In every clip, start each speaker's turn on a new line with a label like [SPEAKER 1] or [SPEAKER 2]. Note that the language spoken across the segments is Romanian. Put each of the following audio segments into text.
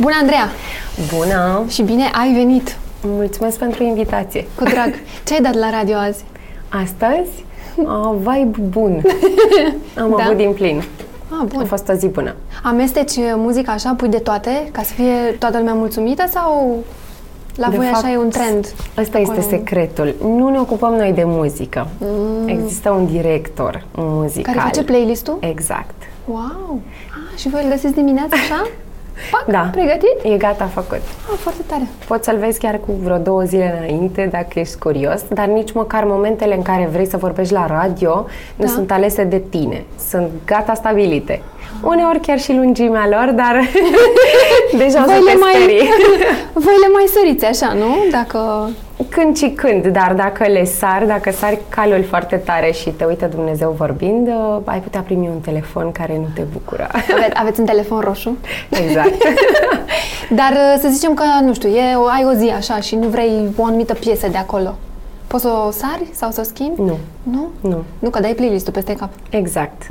[SPEAKER 1] Bună, Andreea!
[SPEAKER 2] Bună!
[SPEAKER 1] Și bine ai venit!
[SPEAKER 2] Mulțumesc pentru invitație.
[SPEAKER 1] Cu drag! Ce ai dat la radio azi?
[SPEAKER 2] Astăzi, uh, vibe bun. Am
[SPEAKER 1] Da?
[SPEAKER 2] avut din plin.
[SPEAKER 1] Ah,
[SPEAKER 2] A
[SPEAKER 1] bun.
[SPEAKER 2] fost o zi bună.
[SPEAKER 1] Amesteci uh, muzica așa, pui de toate, ca să fie toată lumea mulțumită sau la
[SPEAKER 2] De
[SPEAKER 1] voi
[SPEAKER 2] fapt,
[SPEAKER 1] așa e un trend?
[SPEAKER 2] Ăsta este
[SPEAKER 1] Acolo. Mm.
[SPEAKER 2] secretul. Nu ne ocupăm noi de muzică. Există un director muzical.
[SPEAKER 1] Care face playlist-ul?
[SPEAKER 2] Exact.
[SPEAKER 1] Wow! Ah, și voi îl găsiți dimineața așa? Pac,
[SPEAKER 2] Da.
[SPEAKER 1] pregătit?
[SPEAKER 2] E gata, făcut.
[SPEAKER 1] Ah, foarte tare!
[SPEAKER 2] Poți să-l vezi chiar cu vreo două zile înainte, dacă ești curios, dar nici măcar momentele în care vrei să vorbești la radio nu
[SPEAKER 1] Da.
[SPEAKER 2] sunt alese de tine. Sunt gata stabilite. Uneori chiar și lungimea lor, dar deja o să
[SPEAKER 1] Voi
[SPEAKER 2] te
[SPEAKER 1] le mai-
[SPEAKER 2] sperii.
[SPEAKER 1] Voi le mai săriți așa, nu? Dacă...
[SPEAKER 2] Când și când, dar dacă le sar, dacă sari calul foarte tare și te uită Dumnezeu vorbind, uh, ai putea primi un telefon care nu te bucură.
[SPEAKER 1] Ave- aveți un telefon roșu.
[SPEAKER 2] Exact.
[SPEAKER 1] Dar uh, să zicem că, nu știu, e, o- ai o zi așa și nu vrei o anumită piesă de acolo. Poți să o sari sau să o schimbi?
[SPEAKER 2] Nu.
[SPEAKER 1] Nu?
[SPEAKER 2] Nu.
[SPEAKER 1] Nu, că dai playlist-ul peste cap.
[SPEAKER 2] Exact.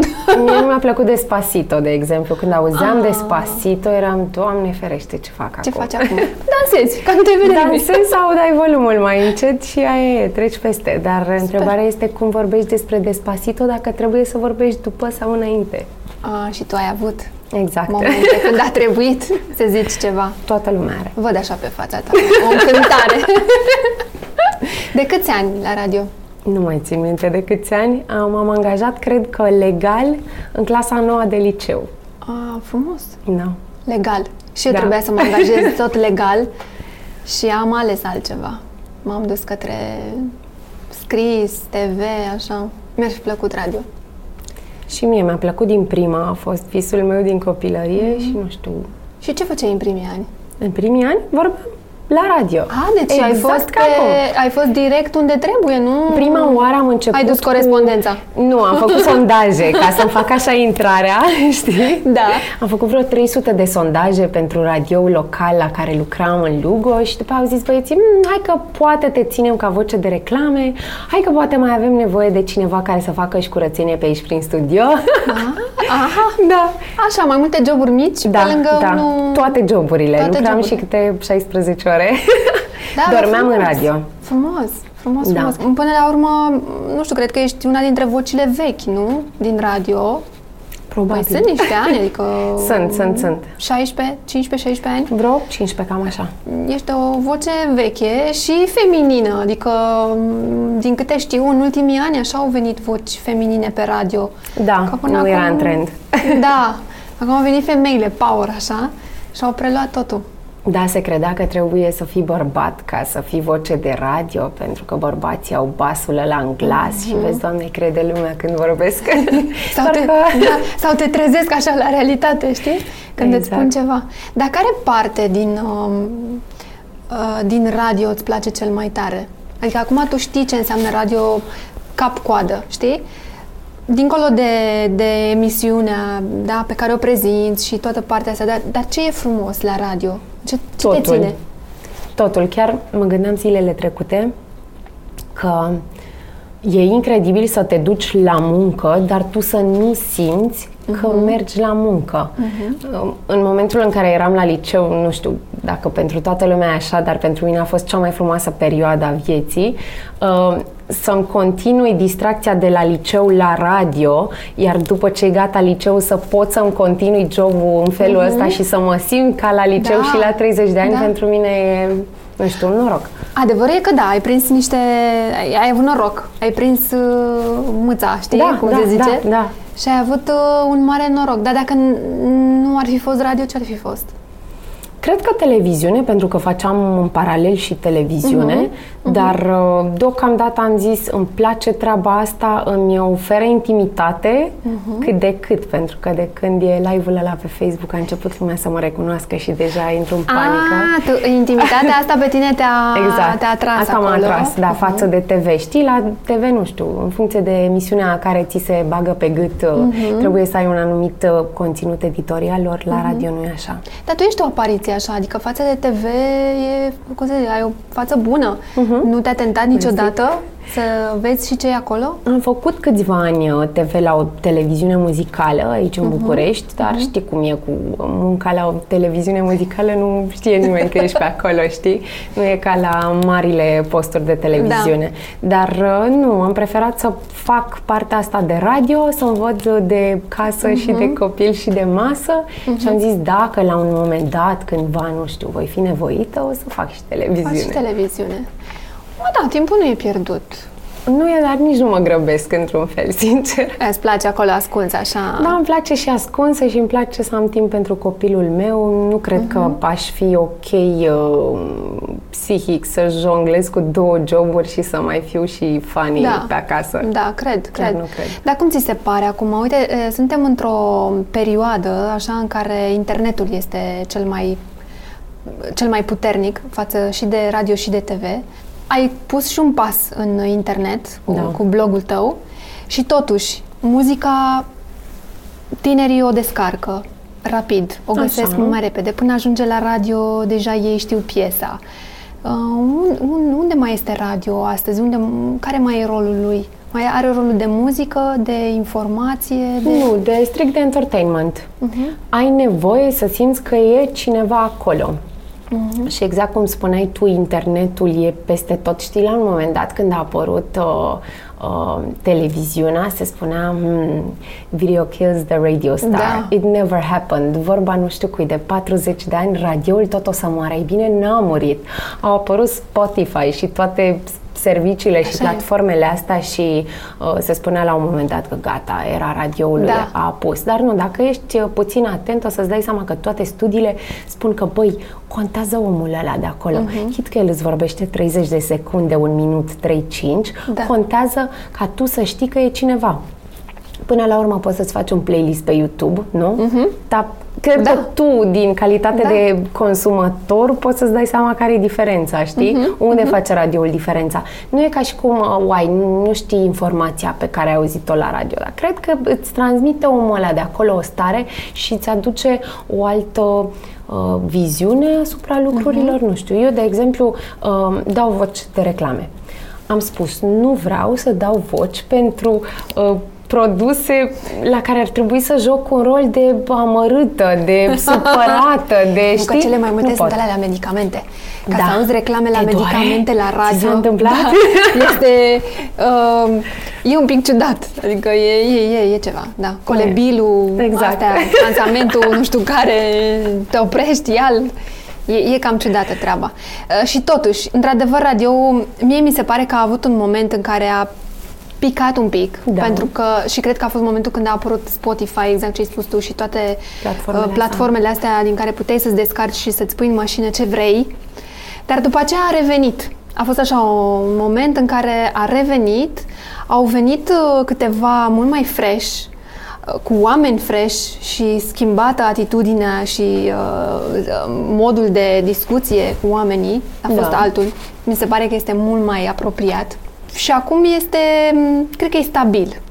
[SPEAKER 2] Mie nu mi-a plăcut Despacito, de exemplu. Când auzeam
[SPEAKER 1] Ah.
[SPEAKER 2] Despacito, eram, Doamne ferește, ce fac acum?
[SPEAKER 1] Ce faci acum? Dansezi, ca nu te vede nimeni.
[SPEAKER 2] Dansezi sau dai volumul mai încet și aia e, treci peste. Dar întrebarea este cum vorbești despre Despacito, dacă trebuie să vorbești după sau înainte.
[SPEAKER 1] A, și tu ai avut
[SPEAKER 2] Exact.
[SPEAKER 1] momente când a trebuit să zici ceva.
[SPEAKER 2] Toată lumea are.
[SPEAKER 1] Văd așa pe fața ta o încântare. De câți ani la radio?
[SPEAKER 2] Nu mai țin minte de câți ani. Am- M-am angajat, cred că legal, în clasa nouă de liceu.
[SPEAKER 1] A, frumos.
[SPEAKER 2] Da.
[SPEAKER 1] Legal. Și eu
[SPEAKER 2] Da.
[SPEAKER 1] trebuia să mă angajez tot legal și am ales altceva. M-am dus către scris, TV, așa. Mi-ar fi plăcut radio.
[SPEAKER 2] Și mie mi-a plăcut din prima, a fost visul meu din
[SPEAKER 1] Mhm.
[SPEAKER 2] copilărie și nu știu,
[SPEAKER 1] Și ce făceai în primii ani?
[SPEAKER 2] în primii ani vorbeam la radio.
[SPEAKER 1] A, deci ai,
[SPEAKER 2] Exact
[SPEAKER 1] fost
[SPEAKER 2] ca acum.
[SPEAKER 1] pe, ai fost direct unde trebuie, nu?
[SPEAKER 2] Prima oară am început
[SPEAKER 1] Ai dus
[SPEAKER 2] cu-
[SPEAKER 1] corespondența.
[SPEAKER 2] Nu, am făcut sondaje ca să-mi fac așa intrarea, știi?
[SPEAKER 1] Da.
[SPEAKER 2] Am făcut vreo 300 de sondaje pentru radio local la care lucram în Lugo și după aia au zis băieții, "Mm, hai că poate te ținem ca voce de reclame, hai că poate mai avem nevoie de cineva care să facă și curățenie pe aici prin studio.
[SPEAKER 1] Ah, Aha.
[SPEAKER 2] da.
[SPEAKER 1] Așa, mai multe joburi mici,
[SPEAKER 2] Da,
[SPEAKER 1] pe lângă
[SPEAKER 2] da.
[SPEAKER 1] unul...
[SPEAKER 2] Toate joburile.
[SPEAKER 1] Toate
[SPEAKER 2] Lucram
[SPEAKER 1] joburile.
[SPEAKER 2] și câte 16 ore.
[SPEAKER 1] Da, bă,
[SPEAKER 2] Dormeam în
[SPEAKER 1] frumos.
[SPEAKER 2] radio.
[SPEAKER 1] Frumos, frumos,
[SPEAKER 2] Da.
[SPEAKER 1] frumos. Până la urmă, nu știu, cred că ești una dintre vocile vechi, nu? Din radio. Mai
[SPEAKER 2] Probabil.
[SPEAKER 1] sunt niște ani, adică...
[SPEAKER 2] Sunt, sunt, sunt.
[SPEAKER 1] 16, 15-16 ani.
[SPEAKER 2] Vreo 15, cam așa.
[SPEAKER 1] Ești o voce veche și feminină, adică, m, din câte știu, în ultimii ani așa au venit voci feminine pe radio.
[SPEAKER 2] Da,
[SPEAKER 1] Că
[SPEAKER 2] nu era în trend.
[SPEAKER 1] Da, acum au venit femeile, power, așa, și au preluat totul.
[SPEAKER 2] Da, se credea că trebuie să fii bărbat ca să fii voce de radio, pentru că bărbații au basul ăla în glas și vezi, doamne, crede lumea când vorbesc.
[SPEAKER 1] Mhm. Sau
[SPEAKER 2] Doar
[SPEAKER 1] te,
[SPEAKER 2] că-
[SPEAKER 1] da, sau te trezesc așa la realitate, știi? Când îți
[SPEAKER 2] Exact.
[SPEAKER 1] spun ceva. Dar care parte din, um, uh, din radio îți place cel mai tare? Adică acum tu știi ce înseamnă radio cap-coadă, știi? Dincolo de, de emisiunea da, pe care o prezinți și toată partea asta, dar, dar ce e frumos la radio? Ce, ce te
[SPEAKER 2] Totul.
[SPEAKER 1] ține?
[SPEAKER 2] Totul. Chiar mă gândeam zilele trecute că e incredibil să te duci la muncă, dar tu să nu simți că mergi la muncă. Um, În momentul în care eram la liceu, nu știu dacă pentru toată lumea e așa, dar pentru mine a fost cea mai frumoasă perioadă a vieții, uh, să-mi continui distracția de la liceu la radio, iar după ce e gata liceu să pot să-mi continui jobul în felul ăsta și să mă simt ca la liceu
[SPEAKER 1] Da.
[SPEAKER 2] și la 30 de ani,
[SPEAKER 1] Da.
[SPEAKER 2] pentru mine e, nu știu, un noroc.
[SPEAKER 1] Adevărul e că da, ai prins niște... ai, ai avut noroc. Ai prins uh, mâța, știi?
[SPEAKER 2] Da,
[SPEAKER 1] cum
[SPEAKER 2] da,
[SPEAKER 1] se zice?
[SPEAKER 2] da, da.
[SPEAKER 1] Și ai avut uh, un mare noroc. Dar dacă n- nu ar fi fost radio, ce ar fi fost?
[SPEAKER 2] Cred că televiziune, pentru că făceam în paralel și televiziune,
[SPEAKER 1] Mhm.
[SPEAKER 2] dar uh, deocamdată am zis îmi place treaba asta, îmi oferă intimitate
[SPEAKER 1] Mhm.
[SPEAKER 2] cât de cât, pentru că de când e live-ul ăla pe Facebook a început lumea să mă recunoască și deja intru în panică. Exact.
[SPEAKER 1] Ah, tu, intimitatea asta pe tine te-a, te-a atras
[SPEAKER 2] Asta
[SPEAKER 1] acolo. Uh-huh.
[SPEAKER 2] m-a atras, da, față de TV. Știi, la TV, nu știu, în funcție de emisiunea care ți se bagă pe gât, uh,
[SPEAKER 1] Mhm.
[SPEAKER 2] trebuie să ai un anumit uh, conținut editorial, ori la radio nu e așa.
[SPEAKER 1] Dar tu ești o apariție așa, adică
[SPEAKER 2] Mhm.
[SPEAKER 1] față de TV e, cum să zic, ai o față bună. Nu te-a tentat niciodată Să vezi și ce e acolo?
[SPEAKER 2] Am făcut câțiva ani uh, TV la o televiziune muzicală aici în București, dar știi cum e cu munca la o televiziune muzicală, nu știe nimeni că ești pe acolo, știi? Nu e ca la marile posturi de televiziune. Dar uh, nu, am preferat să fac partea asta de radio, să învăț uh, de casă și de copil și de masă și am zis dacă la un moment dat, cândva, nu știu, voi fi nevoită, o să fac și televiziune.
[SPEAKER 1] Faci și televiziune. Mă, da, timpul nu e pierdut.
[SPEAKER 2] Nu e, dar nici nu mă grăbesc într-un fel, sincer.
[SPEAKER 1] Îți place acolo ascuns, așa?
[SPEAKER 2] Da, îmi place și ascunsă și îmi place să am timp pentru copilul meu. Nu cred că
[SPEAKER 1] Mhm.
[SPEAKER 2] aș fi ok uh, psihic să jonglez cu două joburi și să mai fiu și funny
[SPEAKER 1] Da.
[SPEAKER 2] pe acasă.
[SPEAKER 1] Da, cred,
[SPEAKER 2] Chiar
[SPEAKER 1] cred.
[SPEAKER 2] nu cred.
[SPEAKER 1] Dar cum ți se pare acum? Uite, e, suntem într-o perioadă așa în care internetul este cel mai cel mai puternic față și de radio și de TV. Ai pus și un pas în internet cu,
[SPEAKER 2] Da.
[SPEAKER 1] cu blogul tău și totuși muzica tinerii o descarcă rapid, o
[SPEAKER 2] Așa.
[SPEAKER 1] găsesc mult mai repede. Până ajunge la radio, deja ei știu piesa. Uh, un, un, unde mai este radio astăzi? Unde, care mai e rolul lui? Mai are rolul de muzică, de informație? De...
[SPEAKER 2] Nu, de strict de entertainment.
[SPEAKER 1] Mhm.
[SPEAKER 2] Ai nevoie să simți că e cineva acolo.
[SPEAKER 1] Mhm.
[SPEAKER 2] Și exact cum spuneai tu, internetul e peste tot. Știi, la un moment dat când a apărut uh, uh, televiziunea, se spunea hmm, Video kills the radio star.
[SPEAKER 1] Da.
[SPEAKER 2] It never happened. Vorba nu știu cui de 40 de ani, radioul tot o să moară. Ei bine, n-a murit. Au apărut Spotify și toate serviciile și
[SPEAKER 1] Așa e.
[SPEAKER 2] platformele astea și uh, se spunea la un moment dat că gata, era radioului
[SPEAKER 1] Da.
[SPEAKER 2] a apus. Dar nu, dacă ești uh, puțin atent, o să-ți dai seama că toate studiile spun că, băi, contează omul ăla de acolo.
[SPEAKER 1] Mhm.
[SPEAKER 2] Uh-huh. Chit că el îți vorbește 30 de secunde, un minut, 3-5,
[SPEAKER 1] Da.
[SPEAKER 2] contează ca tu să știi că e cineva. Până la urmă poți să-ți faci un playlist pe YouTube, nu? Uh-huh. Dar cred
[SPEAKER 1] Mhm. Da.
[SPEAKER 2] că tu, din calitate
[SPEAKER 1] Da.
[SPEAKER 2] de consumator, poți să-ți dai seama care e diferența, știi?
[SPEAKER 1] Mhm.
[SPEAKER 2] Unde face radioul diferența. Nu e ca și cum, uh, uai, nu nu știi informația pe care ai auzit-o la radio, dar cred că îți transmite omul ăla de acolo o stare și îți aduce o altă uh, viziune asupra lucrurilor,
[SPEAKER 1] Mhm.
[SPEAKER 2] nu știu. Eu, de exemplu, uh, dau voci de reclame. Am spus, nu vreau să dau voci pentru uh, produse la care ar trebui să joc un rol de amărâtă, de supărată, de
[SPEAKER 1] Știi?
[SPEAKER 2] știi?
[SPEAKER 1] Că cele mai multe
[SPEAKER 2] Nu
[SPEAKER 1] sunt
[SPEAKER 2] pot.
[SPEAKER 1] alea la medicamente. Ca
[SPEAKER 2] Da.
[SPEAKER 1] să auzi reclame la
[SPEAKER 2] Te doare?
[SPEAKER 1] medicamente, la
[SPEAKER 2] Ți
[SPEAKER 1] radio.
[SPEAKER 2] s-a întâmplat?
[SPEAKER 1] Da, este... Um, e un pic ciudat. Adică e, e, e, e ceva. Da. Colebilul,
[SPEAKER 2] Exact.
[SPEAKER 1] astea, lansamentul, nu știu care, te oprești, ial. E, e cam ciudată treaba. Uh, și totuși, într-adevăr, radio mie mi se pare că a avut un moment în care a picat un pic,
[SPEAKER 2] Da.
[SPEAKER 1] pentru că și cred că a fost momentul când a apărut Spotify, exact ce ai spus tu, și toate
[SPEAKER 2] Platformele
[SPEAKER 1] uh, platformele astea din care puteai să-ți descarci și să-ți pui în mașină ce vrei. Dar după aceea a revenit. A fost așa un moment în care a revenit, au venit uh, câteva mult mai fresh, uh, cu oameni fresh și schimbată atitudinea și uh, uh, modul de discuție cu oamenii a fost
[SPEAKER 2] Da.
[SPEAKER 1] altul. Mi se pare că este mult mai apropiat. Și acum este, m, cred că e stabil.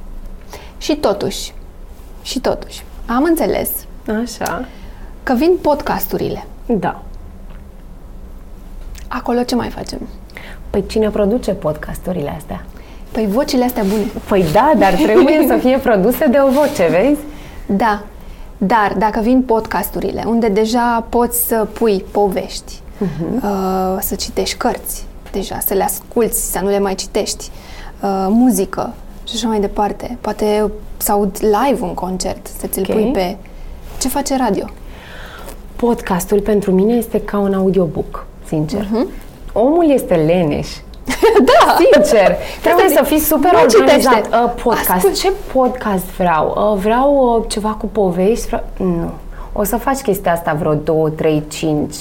[SPEAKER 1] Și totuși, și totuși, am înțeles
[SPEAKER 2] Așa,
[SPEAKER 1] că vin podcasturile.
[SPEAKER 2] da.
[SPEAKER 1] Acolo ce mai facem?
[SPEAKER 2] Păi cine produce podcasturile astea?
[SPEAKER 1] Păi vocile astea bune.
[SPEAKER 2] Păi da, dar trebuie să fie produse de o voce, vezi?
[SPEAKER 1] Da, dar dacă vin podcasturile, unde deja poți să pui povești,
[SPEAKER 2] Mhm.
[SPEAKER 1] uh-huh. uh, să citești cărți, deja, să le asculți, să nu le mai citești, uh, muzică și așa mai departe, poate să aud live un concert, să ți-l
[SPEAKER 2] Ok.
[SPEAKER 1] pui pe... Ce face radio?
[SPEAKER 2] Podcastul pentru mine este ca un audiobook, sincer.
[SPEAKER 1] Mhm.
[SPEAKER 2] Omul este leneș. da! Sincer! Trebuie
[SPEAKER 1] Asta
[SPEAKER 2] să
[SPEAKER 1] zic.
[SPEAKER 2] fii super
[SPEAKER 1] Nu
[SPEAKER 2] organizat.
[SPEAKER 1] citește.
[SPEAKER 2] Uh, podcast.
[SPEAKER 1] Ascult.
[SPEAKER 2] Ce podcast vreau? Uh, vreau uh, ceva cu povești? Vreau... Nu. O să faci chestia asta vreo 2, 3, 5,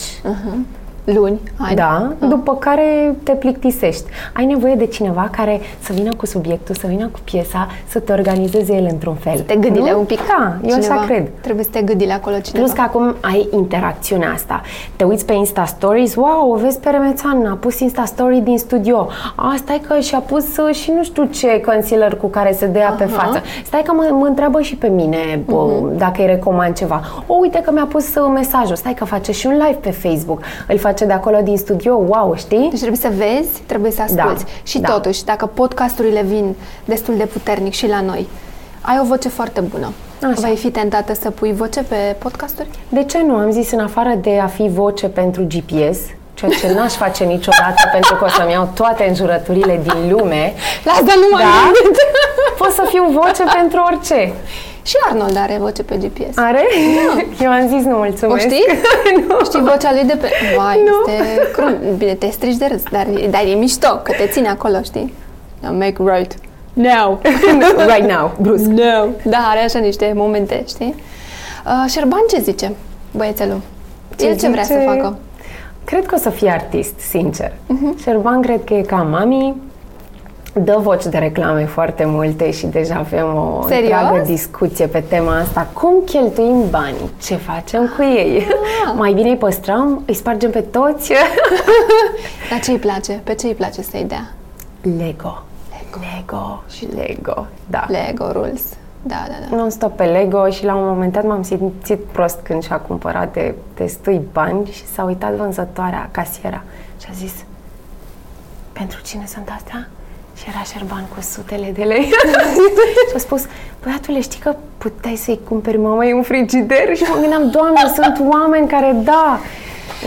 [SPEAKER 1] Luni, ani.
[SPEAKER 2] da, după care te plictisești. Ai nevoie de cineva care să vină cu subiectul, să vină cu piesa, să te organizeze el într-un fel.
[SPEAKER 1] Te gâdile
[SPEAKER 2] Nu?
[SPEAKER 1] un pic.
[SPEAKER 2] Da, eu
[SPEAKER 1] Cineva.
[SPEAKER 2] așa cred.
[SPEAKER 1] Trebuie să te gâdile acolo cineva.
[SPEAKER 2] Plus că acum ai interacțiunea asta. Te uiți pe Insta Stories, wow, o vezi pe Remețan, a pus Insta Story din studio. A, stai că și-a pus uh, și nu știu ce concealer cu care se dea pe față. Stai că mă, mă întreabă și pe mine bă, uh, dacă îi recomand ceva. O, uite că mi-a pus uh, mesajul. Stai că face și un live pe Facebook. Îl face întoarce de acolo din studio, wow, știi?
[SPEAKER 1] Deci trebuie să vezi, trebuie să asculți.
[SPEAKER 2] Da,
[SPEAKER 1] și
[SPEAKER 2] da.
[SPEAKER 1] totuși, dacă podcasturile vin destul de puternic și la noi, ai o voce foarte bună.
[SPEAKER 2] Așa.
[SPEAKER 1] Vei fi tentată să pui voce pe podcasturi?
[SPEAKER 2] De ce nu? Am zis, în afară de a fi voce pentru GPS, ceea ce n-aș face niciodată pentru că o să-mi iau toate înjurăturile din lume,
[SPEAKER 1] La asta nu mai
[SPEAKER 2] Da?
[SPEAKER 1] am gândit.
[SPEAKER 2] pot să fiu voce pentru orice.
[SPEAKER 1] Și Arnold are voce pe GPS.
[SPEAKER 2] Are? Eu am zis nu mulțumesc.
[SPEAKER 1] Da. o știi?
[SPEAKER 2] nu.
[SPEAKER 1] Știi vocea lui de pe... Vai,
[SPEAKER 2] Nu.
[SPEAKER 1] este crum. Bine, te strici de râs, dar, dar e mișto, că te ține acolo, știi? Now make right. Now.
[SPEAKER 2] right now, brusc.
[SPEAKER 1] No. Da, are așa niște momente, știi? Uh, Șerban ce zice, băiețelul? Ce El ce vrea să
[SPEAKER 2] zice?
[SPEAKER 1] facă? Mhm.
[SPEAKER 2] Cred că o să fie artist, sincer. Uh-huh. Șerban cred că e ca mami, dă voci de reclame foarte multe și deja avem o
[SPEAKER 1] Serios?
[SPEAKER 2] întreagă discuție pe tema asta. Cum cheltuim banii? Ce facem cu ei?
[SPEAKER 1] Ah.
[SPEAKER 2] Mai bine îi păstrăm? Îi spargem pe toți?
[SPEAKER 1] Dar ce îi place? Pe ce îi place să-i dea?
[SPEAKER 2] Lego. Lego. Lego. Și Lego. Da.
[SPEAKER 1] Lego Rules. Da, da, da.
[SPEAKER 2] non-stop pe Lego și la un moment dat m-am simțit prost când și-a cumpărat de destui bani și s-a uitat vânzătoarea, casiera și a zis pentru cine sunt astea? Și era șerban cu sutele de lei. și a spus, băiatule, știi că puteai să-i cumperi mamei un frigider? Și mă gândeam, doamne, sunt oameni care, da,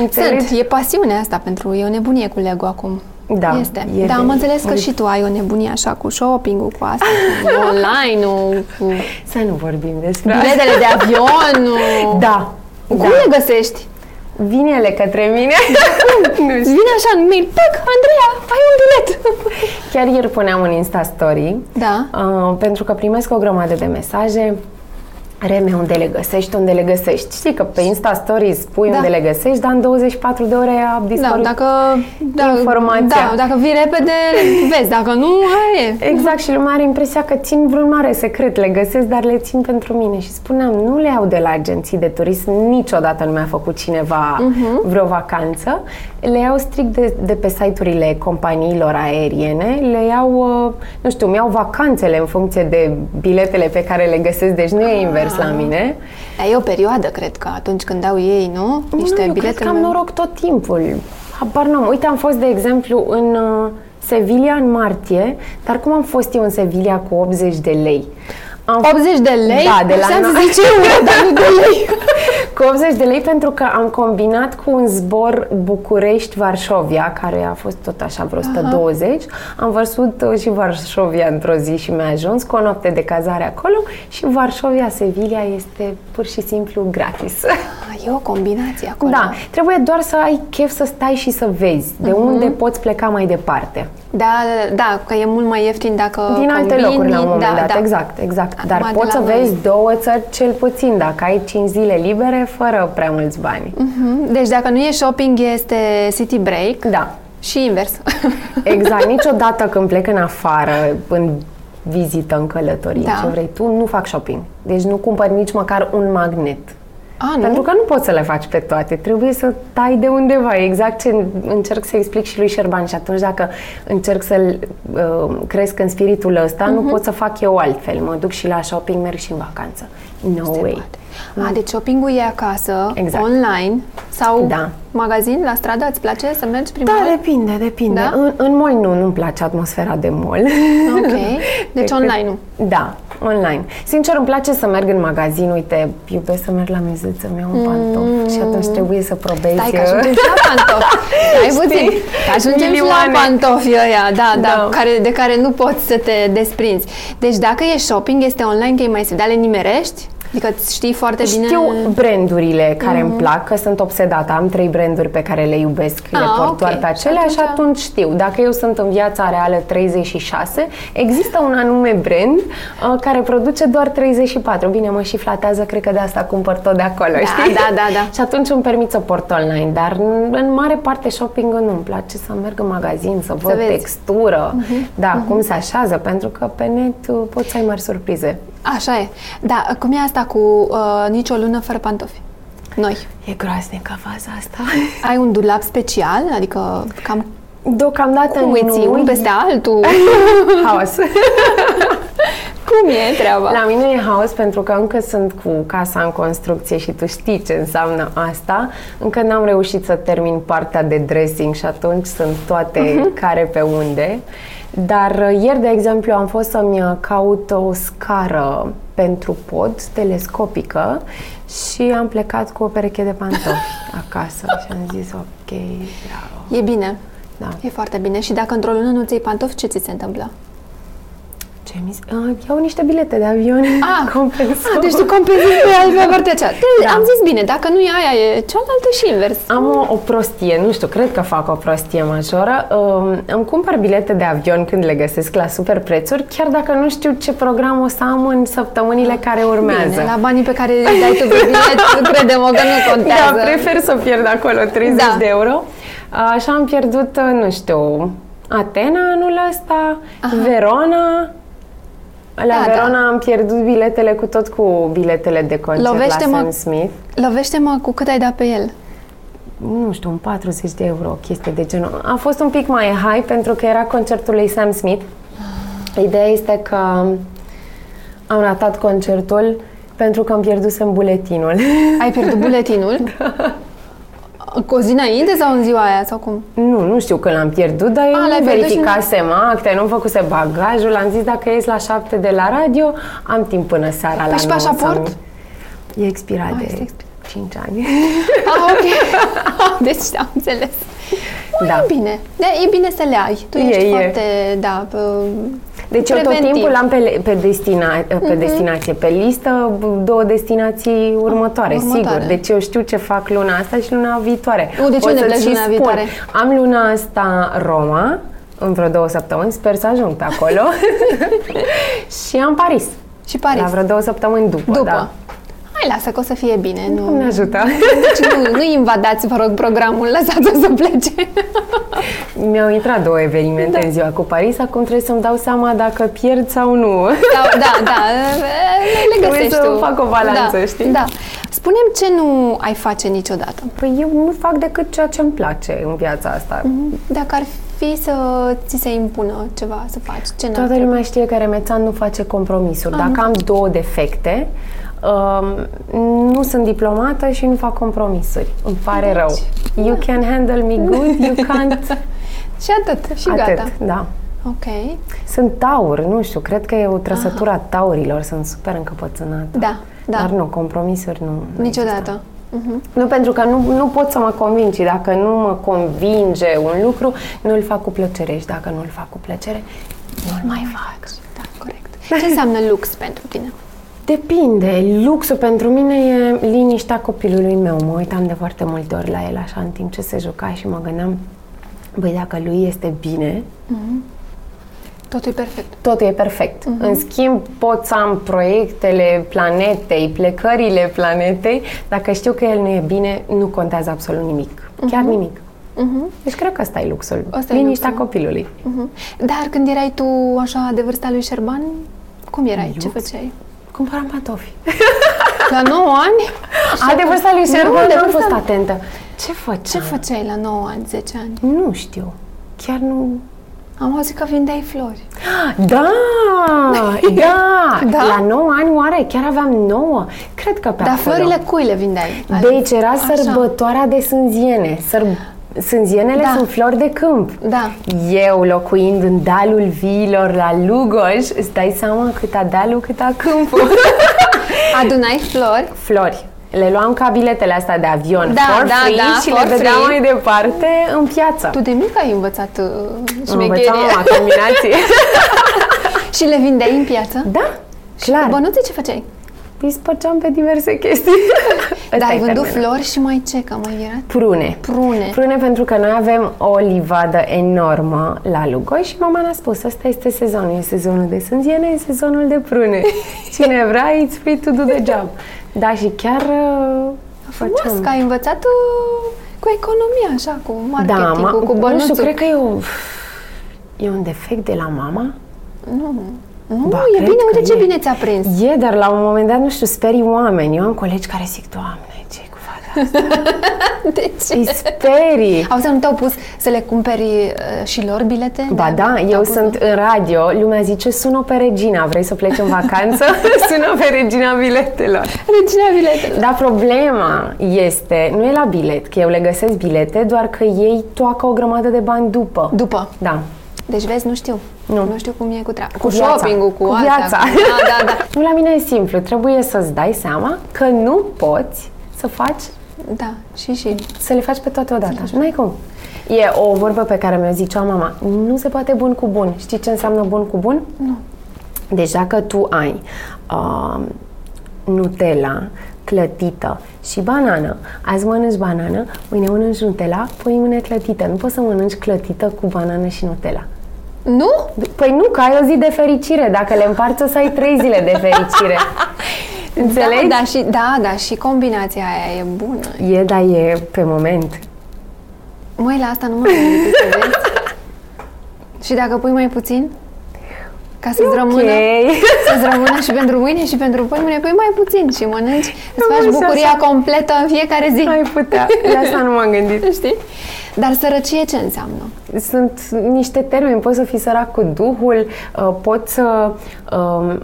[SPEAKER 2] înțelegi?
[SPEAKER 1] Sunt, e pasiunea asta pentru... E o nebunie cu Lego acum.
[SPEAKER 2] Da,
[SPEAKER 1] Este.
[SPEAKER 2] e
[SPEAKER 1] Dar am
[SPEAKER 2] de-
[SPEAKER 1] înțeles că și tu ai o nebunie așa cu shopping-ul, cu asta, cu online-ul, cu
[SPEAKER 2] Să nu vorbim despre asta.
[SPEAKER 1] biletele de avion
[SPEAKER 2] Da,
[SPEAKER 1] Cum
[SPEAKER 2] da.
[SPEAKER 1] le găsești?
[SPEAKER 2] Vine ele către mine. nu știu.
[SPEAKER 1] Vine așa în mail, pac, Andreea, ai un bilet!
[SPEAKER 2] Chiar ieri puneam în Insta Story,
[SPEAKER 1] Da.
[SPEAKER 2] uh, pentru că primesc o grămadă de mesaje, Reme, unde le găsești, unde le găsești. Știi că pe Insta Stories spui
[SPEAKER 1] Da.
[SPEAKER 2] unde le găsești, dar în 24 de ore a
[SPEAKER 1] Da,
[SPEAKER 2] dispărut.
[SPEAKER 1] dacă, da,
[SPEAKER 2] Informația.
[SPEAKER 1] Da, dacă vii repede, vezi, dacă nu, aia e.
[SPEAKER 2] Exact, și lumea are impresia că țin vreun mare secret, le găsesc, dar le țin pentru mine. Și spuneam, nu le iau de la agenții de turism, niciodată nu mi-a făcut cineva uh-huh. vreo vacanță. Le iau strict de, de pe site-urile companiilor aeriene, le iau, uh, nu știu, mi iau vacanțele în funcție de biletele pe care le găsesc, deci nu e invers la mine.
[SPEAKER 1] Dar e o perioadă, cred că, atunci când dau ei, nu? Niște
[SPEAKER 2] nu, eu
[SPEAKER 1] bilete
[SPEAKER 2] cred că am noroc tot timpul. Habar n-am. Uite, am fost, de exemplu, în uh, Sevilla în martie, dar cum am fost eu în Sevilla cu 80 de lei? Am
[SPEAKER 1] 80 de lei?
[SPEAKER 2] Da, de la
[SPEAKER 1] Știam să
[SPEAKER 2] noi.
[SPEAKER 1] zici eu, dar nu de lei.
[SPEAKER 2] Cu 80 de lei pentru că am combinat cu un zbor București-Varșovia, care a fost tot așa vreo 120. Am vărsut uh, și Varșovia într-o zi și mi-a ajuns cu o noapte de cazare acolo și Varșovia-Sevilla este pur și simplu gratis.
[SPEAKER 1] Ah, E o combinație acolo.
[SPEAKER 2] Da, trebuie doar să ai chef să stai și să vezi de
[SPEAKER 1] Mhm.
[SPEAKER 2] unde poți pleca mai departe.
[SPEAKER 1] Da, da, da, că e mult mai ieftin dacă
[SPEAKER 2] Din alte
[SPEAKER 1] combini,
[SPEAKER 2] locuri la un moment
[SPEAKER 1] da,
[SPEAKER 2] dat,
[SPEAKER 1] da.
[SPEAKER 2] exact, exact.
[SPEAKER 1] Acum,
[SPEAKER 2] Dar
[SPEAKER 1] de
[SPEAKER 2] poți
[SPEAKER 1] la
[SPEAKER 2] să
[SPEAKER 1] noi.
[SPEAKER 2] vezi două țări cel puțin, dacă ai 5 zile libere, fără prea mulți bani.
[SPEAKER 1] Mhm. Deci dacă nu e shopping, este city break
[SPEAKER 2] Da,
[SPEAKER 1] și invers.
[SPEAKER 2] exact. Niciodată când plec în afară, în vizită, în călătorie,
[SPEAKER 1] Da.
[SPEAKER 2] ce vrei tu, nu fac shopping. Deci nu cumpăr nici măcar un magnet.
[SPEAKER 1] A, Ah, nu?
[SPEAKER 2] Pentru că nu poți să le faci pe toate, trebuie să tai de undeva, exact ce încerc să explic și lui Șerban și atunci dacă încerc să-l uh, cresc în spiritul ăsta,
[SPEAKER 1] Mhm.
[SPEAKER 2] nu pot să fac eu altfel, mă duc și la shopping, merg și în vacanță. No way.
[SPEAKER 1] Poate. A, deci shopping-ul e acasă,
[SPEAKER 2] Exact.
[SPEAKER 1] online sau
[SPEAKER 2] Da.
[SPEAKER 1] magazin, la stradă, îți place să mergi prima
[SPEAKER 2] Da,
[SPEAKER 1] oară?
[SPEAKER 2] depinde, depinde.
[SPEAKER 1] Da?
[SPEAKER 2] În, în mall nu, nu-mi place atmosfera de mall.
[SPEAKER 1] Ok. Deci online-ul.
[SPEAKER 2] Da, online. Sincer, îmi place să merg în magazin, uite, iubesc să merg la muzeu, să-mi iau un pantof și atunci trebuie să probezi.
[SPEAKER 1] Mm. Stai că
[SPEAKER 2] uh,
[SPEAKER 1] ajungem și la pantofi. Stai puțin. Că ajungem și
[SPEAKER 2] Milioane.
[SPEAKER 1] la pantofi ăia, da, da,
[SPEAKER 2] Da.
[SPEAKER 1] Care, de care nu poți să te desprinzi. Deci dacă e shopping, este online, că e mai se le nimerești? Adică îți știi foarte bine...
[SPEAKER 2] Deci Știu brandurile care
[SPEAKER 1] Mhm.
[SPEAKER 2] îmi plac, că sunt obsedată. Am trei branduri pe care le iubesc, le
[SPEAKER 1] Ah,
[SPEAKER 2] port
[SPEAKER 1] ok.
[SPEAKER 2] doar pe
[SPEAKER 1] Și
[SPEAKER 2] acelea și
[SPEAKER 1] atunci-
[SPEAKER 2] atunci știu. Dacă eu sunt în viața reală 36, există un anume brand uh, care produce doar 34. Bine, mă și flatează, cred că de asta cumpăr tot de acolo,
[SPEAKER 1] Da,
[SPEAKER 2] știi?
[SPEAKER 1] da, da, da.
[SPEAKER 2] Și atunci îmi permit să port online, dar în- în mare parte shopping nu-mi place să merg în magazin, să văd
[SPEAKER 1] vezi. Mhm.
[SPEAKER 2] textură, da, cum se așează, pentru că pe net uh, poți să ai mari surprize.
[SPEAKER 1] Așa e. Da, cum e asta cu uh, nicio lună fără pantofi? Noi.
[SPEAKER 2] E groaznică faza asta.
[SPEAKER 1] Ai un dulap special? Adică cam
[SPEAKER 2] Deocamdată
[SPEAKER 1] cum îi ții
[SPEAKER 2] nu
[SPEAKER 1] unul peste altul?
[SPEAKER 2] haos.
[SPEAKER 1] Cum e treaba?
[SPEAKER 2] La mine e haos pentru că încă sunt cu casa în construcție și tu știi ce înseamnă asta. Încă n-am reușit să termin partea de dressing și atunci sunt toate
[SPEAKER 1] Mhm.
[SPEAKER 2] uh-huh. care pe unde. Dar uh, ieri, de exemplu, am fost să-mi uh, caut o scară pentru pod telescopică și am plecat cu o pereche de pantofi acasă și am zis ok, bravo.
[SPEAKER 1] E bine.
[SPEAKER 2] Da.
[SPEAKER 1] E foarte bine. Și dacă într-o lună nu ți iei pantofi, ce ți se întâmplă?
[SPEAKER 2] Ce mi uh, Iau niște bilete de avion.
[SPEAKER 1] Ah,
[SPEAKER 2] compensăm.
[SPEAKER 1] Ah, deci tu compensezi pe altă partea cea. Deci,
[SPEAKER 2] Da.
[SPEAKER 1] Am zis bine, dacă nu e aia, e cealaltă și invers.
[SPEAKER 2] Am o, o prostie, nu știu, cred că fac o prostie majoră. Um, Îmi cumpăr bilete de avion când le găsesc la super prețuri, chiar dacă nu știu ce program o să am în săptămânile care urmează.
[SPEAKER 1] Bine, la banii pe care îi dai tu pe bilet, credem-o că nu contează.
[SPEAKER 2] Da, prefer să pierd acolo 30
[SPEAKER 1] Da.
[SPEAKER 2] de euro. Așa am pierdut, nu știu, Atena anul ăsta, Verona. La
[SPEAKER 1] Da, da.
[SPEAKER 2] Verona am pierdut biletele cu tot cu biletele de concert
[SPEAKER 1] Lovește-mă-
[SPEAKER 2] la Sam Smith.
[SPEAKER 1] Lovește-mă cu cât ai dat pe el.
[SPEAKER 2] nu știu, un 40 de euro, o chestie de genul. A fost un pic mai high pentru că era concertul lui Sam Smith. Ideea este că am ratat concertul pentru că îmi pierdusem buletinul.
[SPEAKER 1] Ai pierdut buletinul?
[SPEAKER 2] Da.
[SPEAKER 1] Cu o zi înainte sau în ziua aia? Sau cum?
[SPEAKER 2] nu, nu știu când l-am pierdut, dar eu
[SPEAKER 1] l-ai
[SPEAKER 2] nu
[SPEAKER 1] pierdut și
[SPEAKER 2] verificasem acte, nu făcuse bagajul, am zis dacă ies la șapte de la radio, am timp până seara la
[SPEAKER 1] Păi și
[SPEAKER 2] nouă să-mi-
[SPEAKER 1] pașaport?
[SPEAKER 2] E expirat
[SPEAKER 1] Ah,
[SPEAKER 2] de
[SPEAKER 1] este expirat.
[SPEAKER 2] 5 ani.
[SPEAKER 1] Ah, ok. deci am înțeles.
[SPEAKER 2] da.
[SPEAKER 1] E bine. Da, e bine să le ai. Tu
[SPEAKER 2] E,
[SPEAKER 1] ești
[SPEAKER 2] e.
[SPEAKER 1] foarte, da, pă-
[SPEAKER 2] Deci eu tot
[SPEAKER 1] preventiv. Mhm.
[SPEAKER 2] timpul am pe, le- pe, destina, pe destinație, pe listă, b- două destinații următoare,
[SPEAKER 1] Ah, Următoare.
[SPEAKER 2] sigur. Deci eu știu ce fac luna asta și luna viitoare.
[SPEAKER 1] U, deci
[SPEAKER 2] O
[SPEAKER 1] unde
[SPEAKER 2] să-ți
[SPEAKER 1] pleci
[SPEAKER 2] și
[SPEAKER 1] luna
[SPEAKER 2] spun.
[SPEAKER 1] viitoare?
[SPEAKER 2] Am luna asta Roma, în vreo două săptămâni, sper să ajung pe acolo. și am Paris,
[SPEAKER 1] Și Paris.
[SPEAKER 2] la vreo două săptămâni după.
[SPEAKER 1] După.
[SPEAKER 2] Da.
[SPEAKER 1] Hai, lasă că o să fie bine. Nu.
[SPEAKER 2] Doamne ajută!
[SPEAKER 1] Deci nu, nu invadați, vă rog, programul. Lăsați-o să plece.
[SPEAKER 2] Mi-au intrat două evenimente
[SPEAKER 1] Da.
[SPEAKER 2] în ziua cu Paris, acum trebuie să-mi dau seama dacă pierd sau nu.
[SPEAKER 1] Da, da, da. Le
[SPEAKER 2] Trebuie
[SPEAKER 1] găsești
[SPEAKER 2] să
[SPEAKER 1] tu.
[SPEAKER 2] fac o balanță,
[SPEAKER 1] da,
[SPEAKER 2] știi?
[SPEAKER 1] Da. Spune-mi ce nu ai face niciodată.
[SPEAKER 2] Păi eu nu fac decât ceea ce îmi place în viața asta.
[SPEAKER 1] Dacă ar fi să ți se impună ceva să faci, ce n-ar
[SPEAKER 2] Toată lumea știe că Remețan nu face compromisuri. Dacă am două defecte, um, nu sunt diplomată și nu fac compromisuri. Îmi
[SPEAKER 1] Deci,
[SPEAKER 2] pare rău. You
[SPEAKER 1] da.
[SPEAKER 2] can handle me good, you can't...
[SPEAKER 1] Și atât. Și
[SPEAKER 2] Atât,
[SPEAKER 1] gata.
[SPEAKER 2] da.
[SPEAKER 1] Ok.
[SPEAKER 2] Sunt taur, nu știu, cred că e o trăsătură a taurilor, sunt super încăpățânată.
[SPEAKER 1] Da, da.
[SPEAKER 2] Dar nu, compromisuri nu. nu
[SPEAKER 1] Niciodată.
[SPEAKER 2] Nu, pentru că nu, nu pot să mă conving și dacă nu mă convinge un lucru, nu-l fac cu plăcere și dacă nu-l fac cu plăcere, nu-l mai fac.
[SPEAKER 1] Da, corect. Ce înseamnă lux pentru tine?
[SPEAKER 2] Depinde. Luxul pentru mine e liniștea copilului meu. Mă uitam de foarte multe ori la el așa în timp ce se juca și mă gândeam, băi, dacă lui este bine,
[SPEAKER 1] Totul e perfect.
[SPEAKER 2] totul e perfect.
[SPEAKER 1] Mhm.
[SPEAKER 2] În schimb, pot să am proiectele planetei, plecările planetei. Dacă știu că el nu e bine, nu contează absolut nimic. Chiar nimic. Deci cred că asta e luxul.
[SPEAKER 1] Mhm. Ăsta e
[SPEAKER 2] liniștea
[SPEAKER 1] luxul.
[SPEAKER 2] copilului.
[SPEAKER 1] Uh-huh. Dar când erai tu așa de vârsta lui Șerban, cum erai?
[SPEAKER 2] Lux?
[SPEAKER 1] Ce făceai?
[SPEAKER 2] Cumpăram pantofi.
[SPEAKER 1] La 9 ani?
[SPEAKER 2] A, de vârsta lui
[SPEAKER 1] Nu,
[SPEAKER 2] Șerban
[SPEAKER 1] de
[SPEAKER 2] nu am
[SPEAKER 1] vârsta-
[SPEAKER 2] fost atentă. Ce făceam?
[SPEAKER 1] Ce făceai la 9 ani, 10 ani?
[SPEAKER 2] Nu știu. Chiar nu,
[SPEAKER 1] Am auzit că vindeai flori.
[SPEAKER 2] Da, da,
[SPEAKER 1] Da?
[SPEAKER 2] da. La 9 ani oare? Chiar aveam 9. Cred că pe
[SPEAKER 1] Dar
[SPEAKER 2] acolo.
[SPEAKER 1] florile cui le vindeai? Adică-
[SPEAKER 2] Deci era
[SPEAKER 1] Așa.
[SPEAKER 2] sărbătoarea de sânziene. Săr... Sânzienele
[SPEAKER 1] Da.
[SPEAKER 2] sunt flori de câmp.
[SPEAKER 1] Da.
[SPEAKER 2] Eu, locuind în dalul viilor la Lugoj, îți dai seama cât a dalul, cât a câmpul.
[SPEAKER 1] Adunai flori?
[SPEAKER 2] flori. Le luam ca biletele astea de avion
[SPEAKER 1] Da,
[SPEAKER 2] for
[SPEAKER 1] da,
[SPEAKER 2] free
[SPEAKER 1] da,
[SPEAKER 2] și
[SPEAKER 1] for
[SPEAKER 2] le vedeam
[SPEAKER 1] free.
[SPEAKER 2] mai departe în piață.
[SPEAKER 1] Tu de mic ai învățat uh,
[SPEAKER 2] Învățam
[SPEAKER 1] șmecherie.
[SPEAKER 2] la combinație.
[SPEAKER 1] Și le vindeai în piață?
[SPEAKER 2] da, clar.
[SPEAKER 1] Bănuțe ce făceai?
[SPEAKER 2] Îi spărgeam pe diverse chestii.
[SPEAKER 1] Dar
[SPEAKER 2] Ăsta e
[SPEAKER 1] Da, ai vândut
[SPEAKER 2] termenul.
[SPEAKER 1] flori și mai ce? Că mai era?
[SPEAKER 2] Prune.
[SPEAKER 1] Prune.
[SPEAKER 2] Prune pentru că noi avem o livadă enormă la Lugoj și mama ne-a spus, asta este sezonul, e sezonul de sânziene, e sezonul de prune. Cine vrea, it's free to do the job. Da, și chiar uh,
[SPEAKER 1] Frumos că ai învățat uh, cu economia, așa, cu
[SPEAKER 2] Da,
[SPEAKER 1] marketingul,
[SPEAKER 2] ma,
[SPEAKER 1] cu
[SPEAKER 2] nu
[SPEAKER 1] bănuțul.
[SPEAKER 2] știu, cred că e, o, e un defect de la mama.
[SPEAKER 1] Nu,
[SPEAKER 2] Ba,
[SPEAKER 1] e
[SPEAKER 2] cred
[SPEAKER 1] bine,
[SPEAKER 2] că
[SPEAKER 1] uite ce
[SPEAKER 2] e.
[SPEAKER 1] bine ți-a prins.
[SPEAKER 2] E, dar la un moment dat, nu știu, sperii oameni. Eu am colegi care zic, Doamne, ce cu fata
[SPEAKER 1] De
[SPEAKER 2] Îi
[SPEAKER 1] ce?
[SPEAKER 2] sperii.
[SPEAKER 1] Auzi, nu te-au pus să le cumperi uh, și lor bilete?
[SPEAKER 2] Ba da,
[SPEAKER 1] Te-au
[SPEAKER 2] eu
[SPEAKER 1] pus,
[SPEAKER 2] sunt în radio, lumea zice sună pe Regina, vrei să pleci în vacanță? sună pe Regina biletelor.
[SPEAKER 1] nu? Regina biletelor.
[SPEAKER 2] Dar problema este, nu e la bilet, că eu le găsesc bilete, doar că ei toacă o grămadă de bani după.
[SPEAKER 1] După.
[SPEAKER 2] Da.
[SPEAKER 1] Deci vezi, nu știu.
[SPEAKER 2] Nu.
[SPEAKER 1] Nu știu cum e cu treaba. Cu,
[SPEAKER 2] viața.
[SPEAKER 1] shopping-ul, cu,
[SPEAKER 2] Cu
[SPEAKER 1] asta,
[SPEAKER 2] viața.
[SPEAKER 1] Cu... Da, da, da.
[SPEAKER 2] Nu, la mine e simplu, trebuie să-ți dai seama că nu poți să faci,
[SPEAKER 1] Da, și și.
[SPEAKER 2] să le faci pe toate odată. Nu ai cum. E o vorbă pe care mi-o zicea mama, nu se poate bun cu bun. Știi ce înseamnă bun cu bun? Nu. Deci dacă tu ai uh, Nutella clătită și banană. Azi mănânci banană, mâine mănânci Nutella, poi mâine clătită. Nu poți să mănânci clătită cu banană și Nutella.
[SPEAKER 1] Nu?
[SPEAKER 2] Păi nu, că ai o zi de fericire. Dacă le împarți, o să ai trei zile de fericire. Înțelegi?
[SPEAKER 1] Da, da, și, da, da, și combinația aia e bună.
[SPEAKER 2] E, dar e pe moment.
[SPEAKER 1] Măi, la asta nu mă gândesc, să vezi. Și dacă pui mai puțin? Ca să-ți rămână, să-ți rămână și pentru mâine și pentru mâine, pui mai puțin și mănânci, îți
[SPEAKER 2] Nu
[SPEAKER 1] faci
[SPEAKER 2] mai
[SPEAKER 1] bucuria
[SPEAKER 2] înseamnă.
[SPEAKER 1] completă în fiecare zi.
[SPEAKER 2] Ai putea. La asta nu m-am gândit.
[SPEAKER 1] Știi? Dar sărăcie ce înseamnă?
[SPEAKER 2] Sunt niște termeni. Poți să fii sărac cu Duhul, uh, poți să um,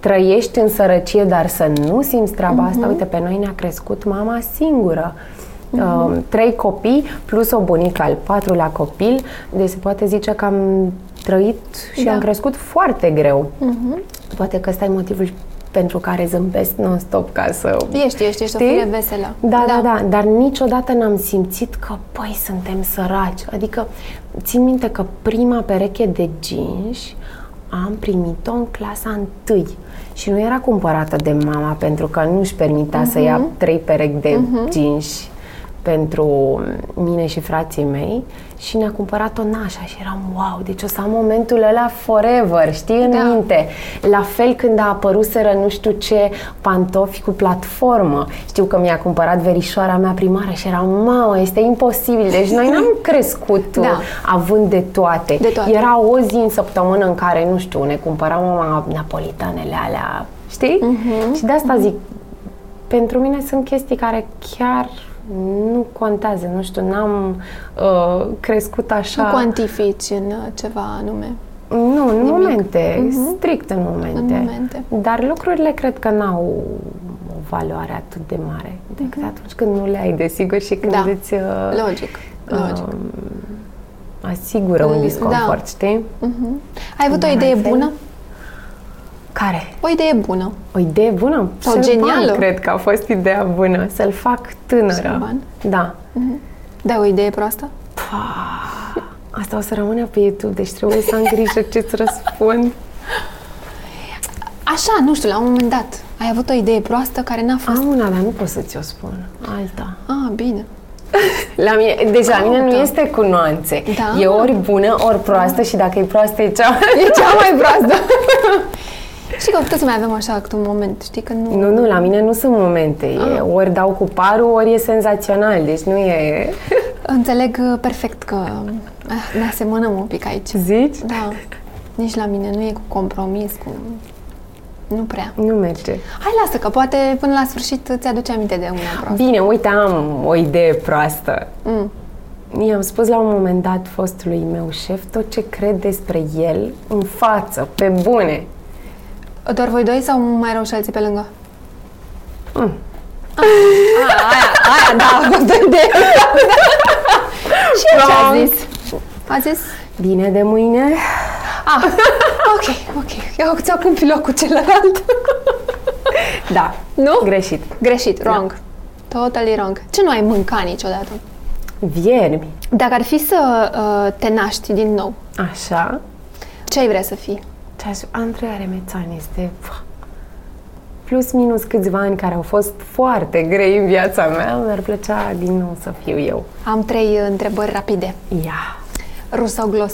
[SPEAKER 2] trăiești în sărăcie, dar să nu simți treaba
[SPEAKER 1] Mhm.
[SPEAKER 2] asta. Uite, pe noi ne-a crescut mama singură.
[SPEAKER 1] Mhm.
[SPEAKER 2] Um, Trei copii plus o bunică al patrulea copil. Deci se poate zice că am trăit și
[SPEAKER 1] Da. Mhm.
[SPEAKER 2] am crescut foarte greu. Poate că ăsta e motivul pentru care zâmbesc non-stop ca să...
[SPEAKER 1] Ești, ești, ești o
[SPEAKER 2] Știi?
[SPEAKER 1] fire veselă.
[SPEAKER 2] Da, da, da, dar niciodată n-am simțit că, păi, suntem săraci. Adică, țin minte că prima pereche de jeans am primit-o în clasa întâi și nu era cumpărată de mama pentru că nu își permitea să ia
[SPEAKER 1] Mhm.
[SPEAKER 2] trei perechi de jeans pentru mine și frații mei și ne-a cumpărat o nașa și eram wow, deci o să am momentul ăla forever, știi, în
[SPEAKER 1] Da.
[SPEAKER 2] minte minte. La fel când a apăruseră nu știu ce pantofi cu platformă. Știu că mi-a cumpărat verișoara mea primară și era mamă, este imposibil. Deci noi n-am crescut
[SPEAKER 1] Da.
[SPEAKER 2] uh, având de toate.
[SPEAKER 1] De toate.
[SPEAKER 2] Era o zi în săptămână în care, nu știu, ne cumpăra mama napolitanele alea, știi?
[SPEAKER 1] Mhm.
[SPEAKER 2] Și de asta zic, pentru mine sunt chestii care chiar nu contează, nu știu, n-am uh, crescut așa.
[SPEAKER 1] Nu cuantifici în uh, ceva anume.
[SPEAKER 2] Nu, în momente, strict în momente.
[SPEAKER 1] Mhm. În momente.
[SPEAKER 2] Dar lucrurile cred că n-au o valoare atât de mare decât atunci când nu le ai, desigur, și când
[SPEAKER 1] Da.
[SPEAKER 2] îți uh,
[SPEAKER 1] Logic. Logic.
[SPEAKER 2] um, asigură un
[SPEAKER 1] Da.
[SPEAKER 2] disconfort, știi?
[SPEAKER 1] Ai avut o
[SPEAKER 2] mai
[SPEAKER 1] idee
[SPEAKER 2] fel?
[SPEAKER 1] bună?
[SPEAKER 2] Care?
[SPEAKER 1] O idee bună.
[SPEAKER 2] O idee bună?
[SPEAKER 1] Sau
[SPEAKER 2] Șerban,
[SPEAKER 1] genială.
[SPEAKER 2] cred că a fost ideea bună, să-l fac tânără.
[SPEAKER 1] Șerban?
[SPEAKER 2] Da.
[SPEAKER 1] Dai o idee proastă?
[SPEAKER 2] Asta o să rămână pe YouTube, deci trebuie să am grijă ce-ți răspund.
[SPEAKER 1] Așa, nu știu, la un moment dat. Ai avut o idee proastă care n-a fost...
[SPEAKER 2] Am una, dar nu pot să ți-o spun. Alta.
[SPEAKER 1] Ah, bine.
[SPEAKER 2] La mine, deci la mine nu
[SPEAKER 1] Caută.
[SPEAKER 2] este cu nuanțe.
[SPEAKER 1] Da.
[SPEAKER 2] E ori bună, ori proastă și dacă e proastă e cea,
[SPEAKER 1] E cea mai proastă. Știi că puteți să mai avem așa câte un moment, știi că nu...
[SPEAKER 2] Nu, nu, la mine nu sunt momente. E,
[SPEAKER 1] Ah.
[SPEAKER 2] ori dau cu parul, ori e senzațional. Deci nu e...
[SPEAKER 1] Înțeleg uh, perfect că ah, ne asemănăm un pic aici.
[SPEAKER 2] Zici?
[SPEAKER 1] Da. Nici la mine nu e cu compromis, cu... Nu prea.
[SPEAKER 2] Nu merge.
[SPEAKER 1] Hai, lasă că poate până la sfârșit îți aduce aminte de una proastă. Mm.
[SPEAKER 2] Bine, uite, am o idee proastă. I-am spus la un moment dat fostului meu șef tot ce cred despre el în față, pe bune.
[SPEAKER 1] Doar voi doi sau mai rău și alții pe lângă?
[SPEAKER 2] Aia, da, a fost o idee.
[SPEAKER 1] Și eu ce a zis? A zis?
[SPEAKER 2] Bine de mâine.
[SPEAKER 1] Ah, ok, ok. Eu ți ocupi locul celălalt.
[SPEAKER 2] Da,
[SPEAKER 1] Nu? Da.
[SPEAKER 2] greșit.
[SPEAKER 1] Greșit, wrong. Totally wrong. Ce nu ai mâncat niciodată?
[SPEAKER 2] Viermi.
[SPEAKER 1] Dacă ar fi să uh, te naști din nou,
[SPEAKER 2] Așa.
[SPEAKER 1] ce ai vrea să fii?
[SPEAKER 2] Ce aș... Andreea Remețan este pf, plus minus câțiva ani care au fost foarte grei în viața mea, mi-ar plăcea din nou să fiu eu.
[SPEAKER 1] Am trei uh, întrebări rapide.
[SPEAKER 2] Ia.
[SPEAKER 1] Rus sau glos?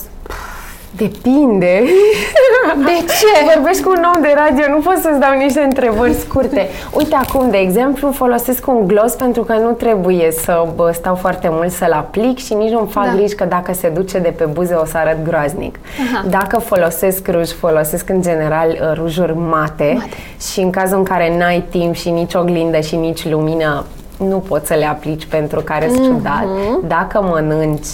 [SPEAKER 2] Depinde.
[SPEAKER 1] De ce?
[SPEAKER 2] Vorbești cu un om de radio, nu pot să-ți dau niște întrebări scurte. Uite acum, de exemplu, folosesc un glos pentru că nu trebuie să bă, stau foarte mult să-l aplic și nici nu-mi fac
[SPEAKER 1] Da.
[SPEAKER 2] griji că dacă se duce de pe buze o să arăt groaznic.
[SPEAKER 1] Aha.
[SPEAKER 2] Dacă folosesc ruj, folosesc în general uh, rujuri mate,
[SPEAKER 1] Mate.
[SPEAKER 2] și în cazul în care n-ai timp și nici oglindă și nici lumină, nu poți să le aplici pentru care sunt ciudat.
[SPEAKER 1] Mhm.
[SPEAKER 2] Dacă mănânci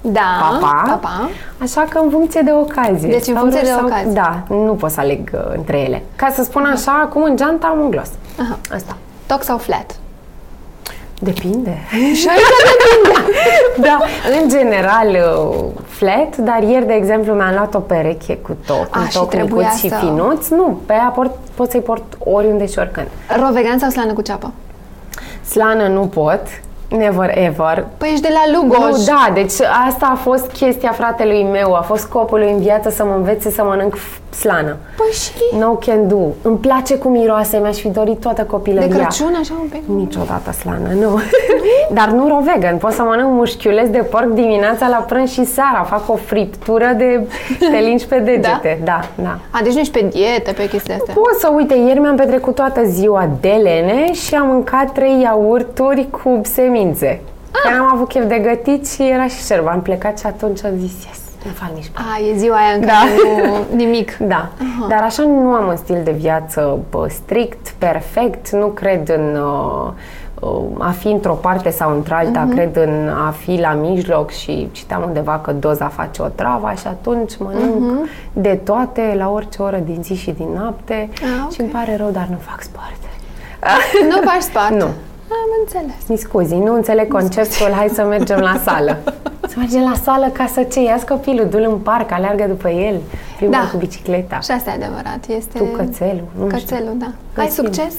[SPEAKER 1] Da,
[SPEAKER 2] papa,
[SPEAKER 1] papa.
[SPEAKER 2] așa că în funcție de ocazie.
[SPEAKER 1] Deci în
[SPEAKER 2] Sau
[SPEAKER 1] funcție
[SPEAKER 2] roșu
[SPEAKER 1] de
[SPEAKER 2] sau-
[SPEAKER 1] ocazie.
[SPEAKER 2] Da, nu pot să aleg uh, între ele. Ca să spun așa, acum în geanta am un glos.
[SPEAKER 1] Aha.
[SPEAKER 2] Asta.
[SPEAKER 1] Toc sau flat?
[SPEAKER 2] Depinde. da, în general uh, flat, dar ieri, de exemplu, mi-am luat o pereche cu toc,
[SPEAKER 1] A,
[SPEAKER 2] un
[SPEAKER 1] și
[SPEAKER 2] toc
[SPEAKER 1] trebuia
[SPEAKER 2] micuț și
[SPEAKER 1] să-
[SPEAKER 2] finuț. Nu, pe ea port, pot să-i port oriunde și oricând.
[SPEAKER 1] Ro vegan sau slană cu ceapă?
[SPEAKER 2] Slană nu pot, never ever.
[SPEAKER 1] Păi ești de la Lugoș.
[SPEAKER 2] Nu, da, deci asta a fost chestia fratelui meu, a fost scopul lui în viață să mă învețe să mănânc f- slană.
[SPEAKER 1] Păi și
[SPEAKER 2] No can do. Îmi place cum miroase, mi-aș fi dorit toată
[SPEAKER 1] de
[SPEAKER 2] copilăria.
[SPEAKER 1] Crăciun așa un pic?
[SPEAKER 2] Niciodată slană, nu. Dar nu ro vegan. Pot să mănânc mușchiuleț de porc dimineața la prânz și seara. Fac o friptură de te lingi pe degete. Da, da. da.
[SPEAKER 1] A, deci nu ești pe dietă, pe chestia astea.
[SPEAKER 2] Pot să uite, ieri mi-am petrecut toată ziua de lene și am mâncat trei iaurturi cu semințe. Ah. Am avut chef de gătit și era și șerba. Am plecat și atunci am zis yes, nu fac nici bani.
[SPEAKER 1] A, e ziua aia în care nu nimic.
[SPEAKER 2] Da, uh-huh. dar așa nu am un stil de viață bă, strict, perfect, nu cred în uh, uh, a fi într-o parte sau
[SPEAKER 1] Mhm.
[SPEAKER 2] într-alta, uh-huh. cred în a fi la mijloc și citeam undeva că doza face o travă și atunci mănânc
[SPEAKER 1] Mhm.
[SPEAKER 2] uh-huh. de toate, la orice oră din zi și din noapte
[SPEAKER 1] Ah, ok.
[SPEAKER 2] și îmi pare rău, dar nu fac sport.
[SPEAKER 1] Nu faci sport?
[SPEAKER 2] Nu.
[SPEAKER 1] Am înțeles.
[SPEAKER 2] Mi scuzi, nu înțeleg conceptul, hai să mergem la sală. Să mergem la sală ca să ce? Ia copilul, du-l în parc, aleargă după el, limba
[SPEAKER 1] Da.
[SPEAKER 2] cu bicicleta.
[SPEAKER 1] Și asta e adevărat. Este...
[SPEAKER 2] Tu cățelul, nu știu.
[SPEAKER 1] Cățelul, da. Ai
[SPEAKER 2] Găsim.
[SPEAKER 1] succes?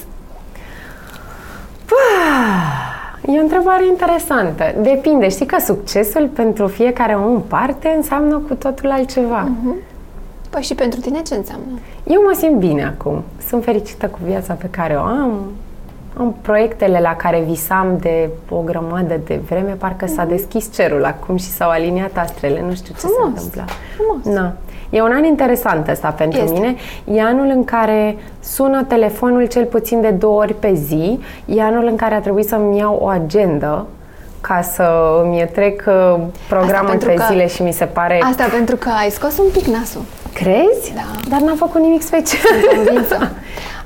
[SPEAKER 2] E o întrebare interesantă. Depinde. Știi că succesul pentru fiecare om în parte înseamnă cu totul altceva.
[SPEAKER 1] Păi și pentru tine ce înseamnă?
[SPEAKER 2] Eu mă simt bine acum. Sunt fericită cu viața pe care o am. Am proiectele la care visam de o grămadă de vreme. Parcă s-a deschis cerul acum și s-au aliniat astrele. Nu știu ce se
[SPEAKER 1] Mhm. Frumos.
[SPEAKER 2] întâmplă.
[SPEAKER 1] Frumos.
[SPEAKER 2] Da. E un an interesant ăsta pentru
[SPEAKER 1] Este.
[SPEAKER 2] mine. E anul în care sună telefonul cel puțin de două ori pe zi. E anul în care a trebuit să-mi iau o agendă ca să îmi trec uh, programul
[SPEAKER 1] pentru
[SPEAKER 2] pe
[SPEAKER 1] că-
[SPEAKER 2] zile și mi se pare...
[SPEAKER 1] Asta pentru că ai scos un pic nasul.
[SPEAKER 2] Crezi?
[SPEAKER 1] Da.
[SPEAKER 2] Dar n-am făcut nimic special.
[SPEAKER 1] convinsă.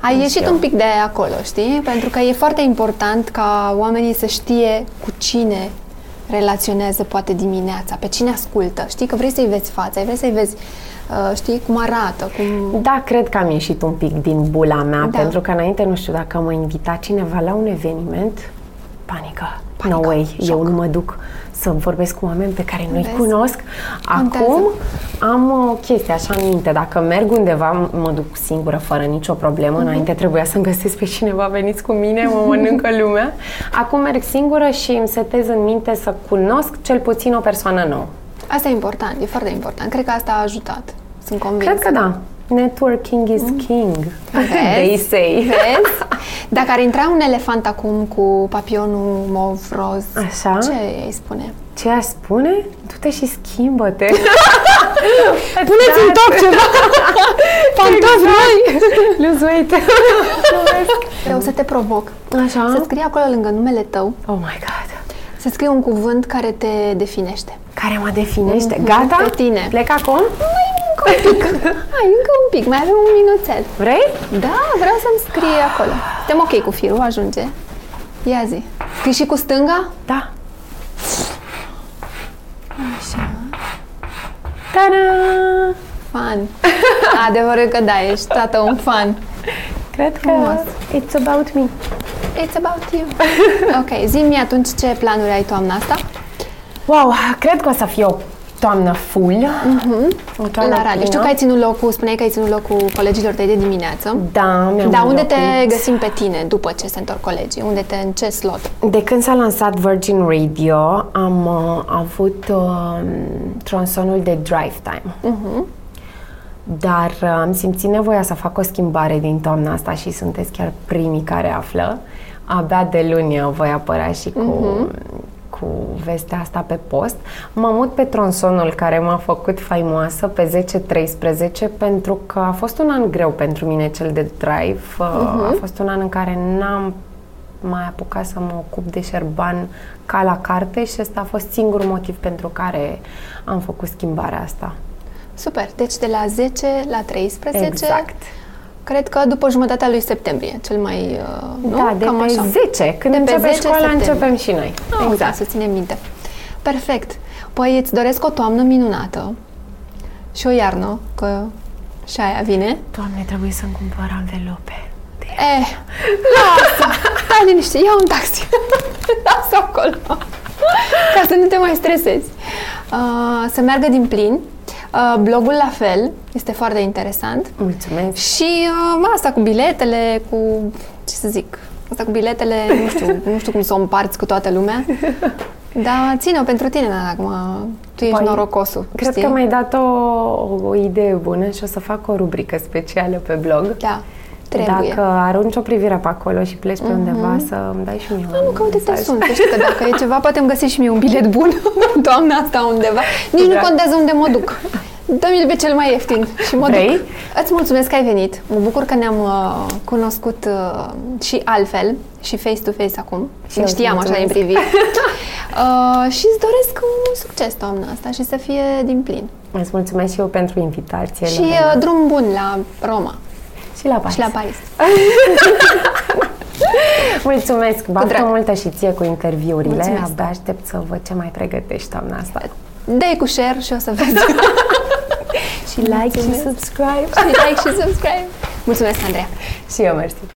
[SPEAKER 1] Ai ieșit un pic de acolo, știi? Pentru că e foarte important ca oamenii să știe cu cine relaționează poate dimineața, pe cine ascultă, știi? Că vrei să-i vezi fața, vrei să-i vezi, uh, știi, cum arată, cum...
[SPEAKER 2] Da, cred că am ieșit un pic din bula mea,
[SPEAKER 1] Da.
[SPEAKER 2] da. pentru că înainte nu știu dacă mă invita cineva la un eveniment, panică.
[SPEAKER 1] Panică,
[SPEAKER 2] panică no way,
[SPEAKER 1] șoc.
[SPEAKER 2] eu nu mă duc să vorbesc cu oameni pe care nu-i
[SPEAKER 1] Vezi?
[SPEAKER 2] cunosc.
[SPEAKER 1] Contează.
[SPEAKER 2] Acum am o chestie așa în minte, dacă merg undeva, m- mă duc singură, fără nicio problemă.
[SPEAKER 1] Mhm.
[SPEAKER 2] Înainte trebuia să-mi găsesc pe cineva, veniți cu mine, mă mănâncă lumea. Acum merg singură și îmi setez în minte să cunosc cel puțin o persoană nouă.
[SPEAKER 1] Asta e important, e foarte important. Cred că asta a ajutat. Sunt convinsă.
[SPEAKER 2] Cred că da. Networking is king, they
[SPEAKER 1] Mm. Vezi?
[SPEAKER 2] say.
[SPEAKER 1] Vezi? Dacă ar intra un elefant acum cu papionul mov roz,
[SPEAKER 2] Așa.
[SPEAKER 1] ce îi spune?
[SPEAKER 2] Ce aș spune? Du-te și schimbă-te.
[SPEAKER 1] Puneți în top ceva! Fantasm noi!
[SPEAKER 2] Lose weight.
[SPEAKER 1] Eu o să te provoc.
[SPEAKER 2] Așa.
[SPEAKER 1] Să scrii acolo lângă numele tău,
[SPEAKER 2] Oh my god.
[SPEAKER 1] să scrii un cuvânt care te definește.
[SPEAKER 2] Care mă definește. Gata?
[SPEAKER 1] Mhm. Pe tine.
[SPEAKER 2] Plec acum?
[SPEAKER 1] Încă un pic. Hai, încă un pic. Mai avem un minuțel.
[SPEAKER 2] Vrei?
[SPEAKER 1] Da, vreau să-mi scrie acolo. Suntem ok cu firul, ajunge. Ia zi. Scrii și cu stânga?
[SPEAKER 2] Da.
[SPEAKER 1] Așa.
[SPEAKER 2] Ta-da!
[SPEAKER 1] Fan. Adevărul că da, ești tată un fan.
[SPEAKER 2] Cred că
[SPEAKER 1] Frumos.
[SPEAKER 2] it's about me.
[SPEAKER 1] It's about you. Ok, zi-mi atunci ce planuri ai toamna asta.
[SPEAKER 2] Wow, cred că o să fie o toamnă full. O toamnă
[SPEAKER 1] Mhm. la radio. Știu
[SPEAKER 2] plină.
[SPEAKER 1] că ai ținut locul, spuneai că ai ținut locul colegilor tăi de dimineață.
[SPEAKER 2] Da, mi-am
[SPEAKER 1] Dar unde te
[SPEAKER 2] înlocuit.
[SPEAKER 1] găsim pe tine după ce se întorc colegii? Unde te, în ce slot?
[SPEAKER 2] De când s-a lansat Virgin Radio, am uh, avut uh, tronsonul de drive time. Dar uh, am simțit nevoia să fac o schimbare din toamna asta și sunteți chiar primii care află. Abia de luni uh, voi apărea și cu, cu vestea asta pe post. Mă mut pe tronsonul care m-a făcut faimoasă pe 10-13 pentru că a fost un an greu pentru mine cel de drive. Uh, A fost un an în care n-am mai apucat să mă ocup de șerban ca la carte și ăsta a fost singurul motiv pentru care am făcut schimbarea asta.
[SPEAKER 1] Super, deci de la 10 la 13.
[SPEAKER 2] Exact.
[SPEAKER 1] Cred că după jumătatea lui septembrie, cel mai... uh, Nu?
[SPEAKER 2] Da, de
[SPEAKER 1] Cam
[SPEAKER 2] pe
[SPEAKER 1] așa.
[SPEAKER 2] 10, când
[SPEAKER 1] De pe 10
[SPEAKER 2] începe școala,
[SPEAKER 1] septembrie.
[SPEAKER 2] începem și noi.
[SPEAKER 1] Ah, exact, să ținem minte. Perfect. Păi îți doresc o toamnă minunată și o iarnă, că și aia vine.
[SPEAKER 2] Doamne, trebuie să-mi cumpăr anvelope.
[SPEAKER 1] Eh, lasă! Stai liniște, ia un taxi. lasă acolo. Ca să nu te mai stresezi. Uh, să meargă din plin. Uh, blogul la fel, este foarte interesant.
[SPEAKER 2] Mulțumesc.
[SPEAKER 1] Și uh, asta cu biletele, cu... ce să zic... Asta cu biletele, nu știu, nu știu cum să o împarți cu toată lumea. Dar ține-o pentru tine, Nana, acum. Tu ești
[SPEAKER 2] Păi,
[SPEAKER 1] norocosul,
[SPEAKER 2] Cred
[SPEAKER 1] știi?
[SPEAKER 2] că mi-ai dat o, o, o idee bună și o să fac o rubrică specială pe blog.
[SPEAKER 1] Da, trebuie.
[SPEAKER 2] Dacă arunci o privire pe acolo și pleci pe undeva, să îmi dai și mie
[SPEAKER 1] Nu, că uite, te sun, să știi că dacă e ceva, poate îmi găsești și mie un bilet bun doamna asta undeva. Nici nu
[SPEAKER 2] drag.
[SPEAKER 1] contează unde mă duc. Dă-mi-l pe cel mai ieftin și mă
[SPEAKER 2] Vrei?
[SPEAKER 1] duc. Îți mulțumesc că ai venit. Mă bucur că ne-am uh, cunoscut uh, și altfel, și face-to-face acum. Și ne
[SPEAKER 2] eu îți
[SPEAKER 1] știam așa din
[SPEAKER 2] mulțumesc.
[SPEAKER 1] priviri. Uh, și îți doresc un succes, doamna asta, și să fie din plin.
[SPEAKER 2] Îți mulțumesc și eu pentru invitație.
[SPEAKER 1] Și
[SPEAKER 2] Elena.
[SPEAKER 1] uh, drum bun la Roma
[SPEAKER 2] și la Paris.
[SPEAKER 1] și la Paris.
[SPEAKER 2] Mulțumesc, baftă
[SPEAKER 1] drag.
[SPEAKER 2] multă și ție cu interviurile.
[SPEAKER 1] Mulțumesc.
[SPEAKER 2] Abia aștept să văd ce mai pregătești doamna asta.
[SPEAKER 1] Dă-i cu share și o să vezi.
[SPEAKER 2] Și like și subscribe.
[SPEAKER 1] și like și subscribe. Mulțumesc, Andreea.
[SPEAKER 2] și eu mersi.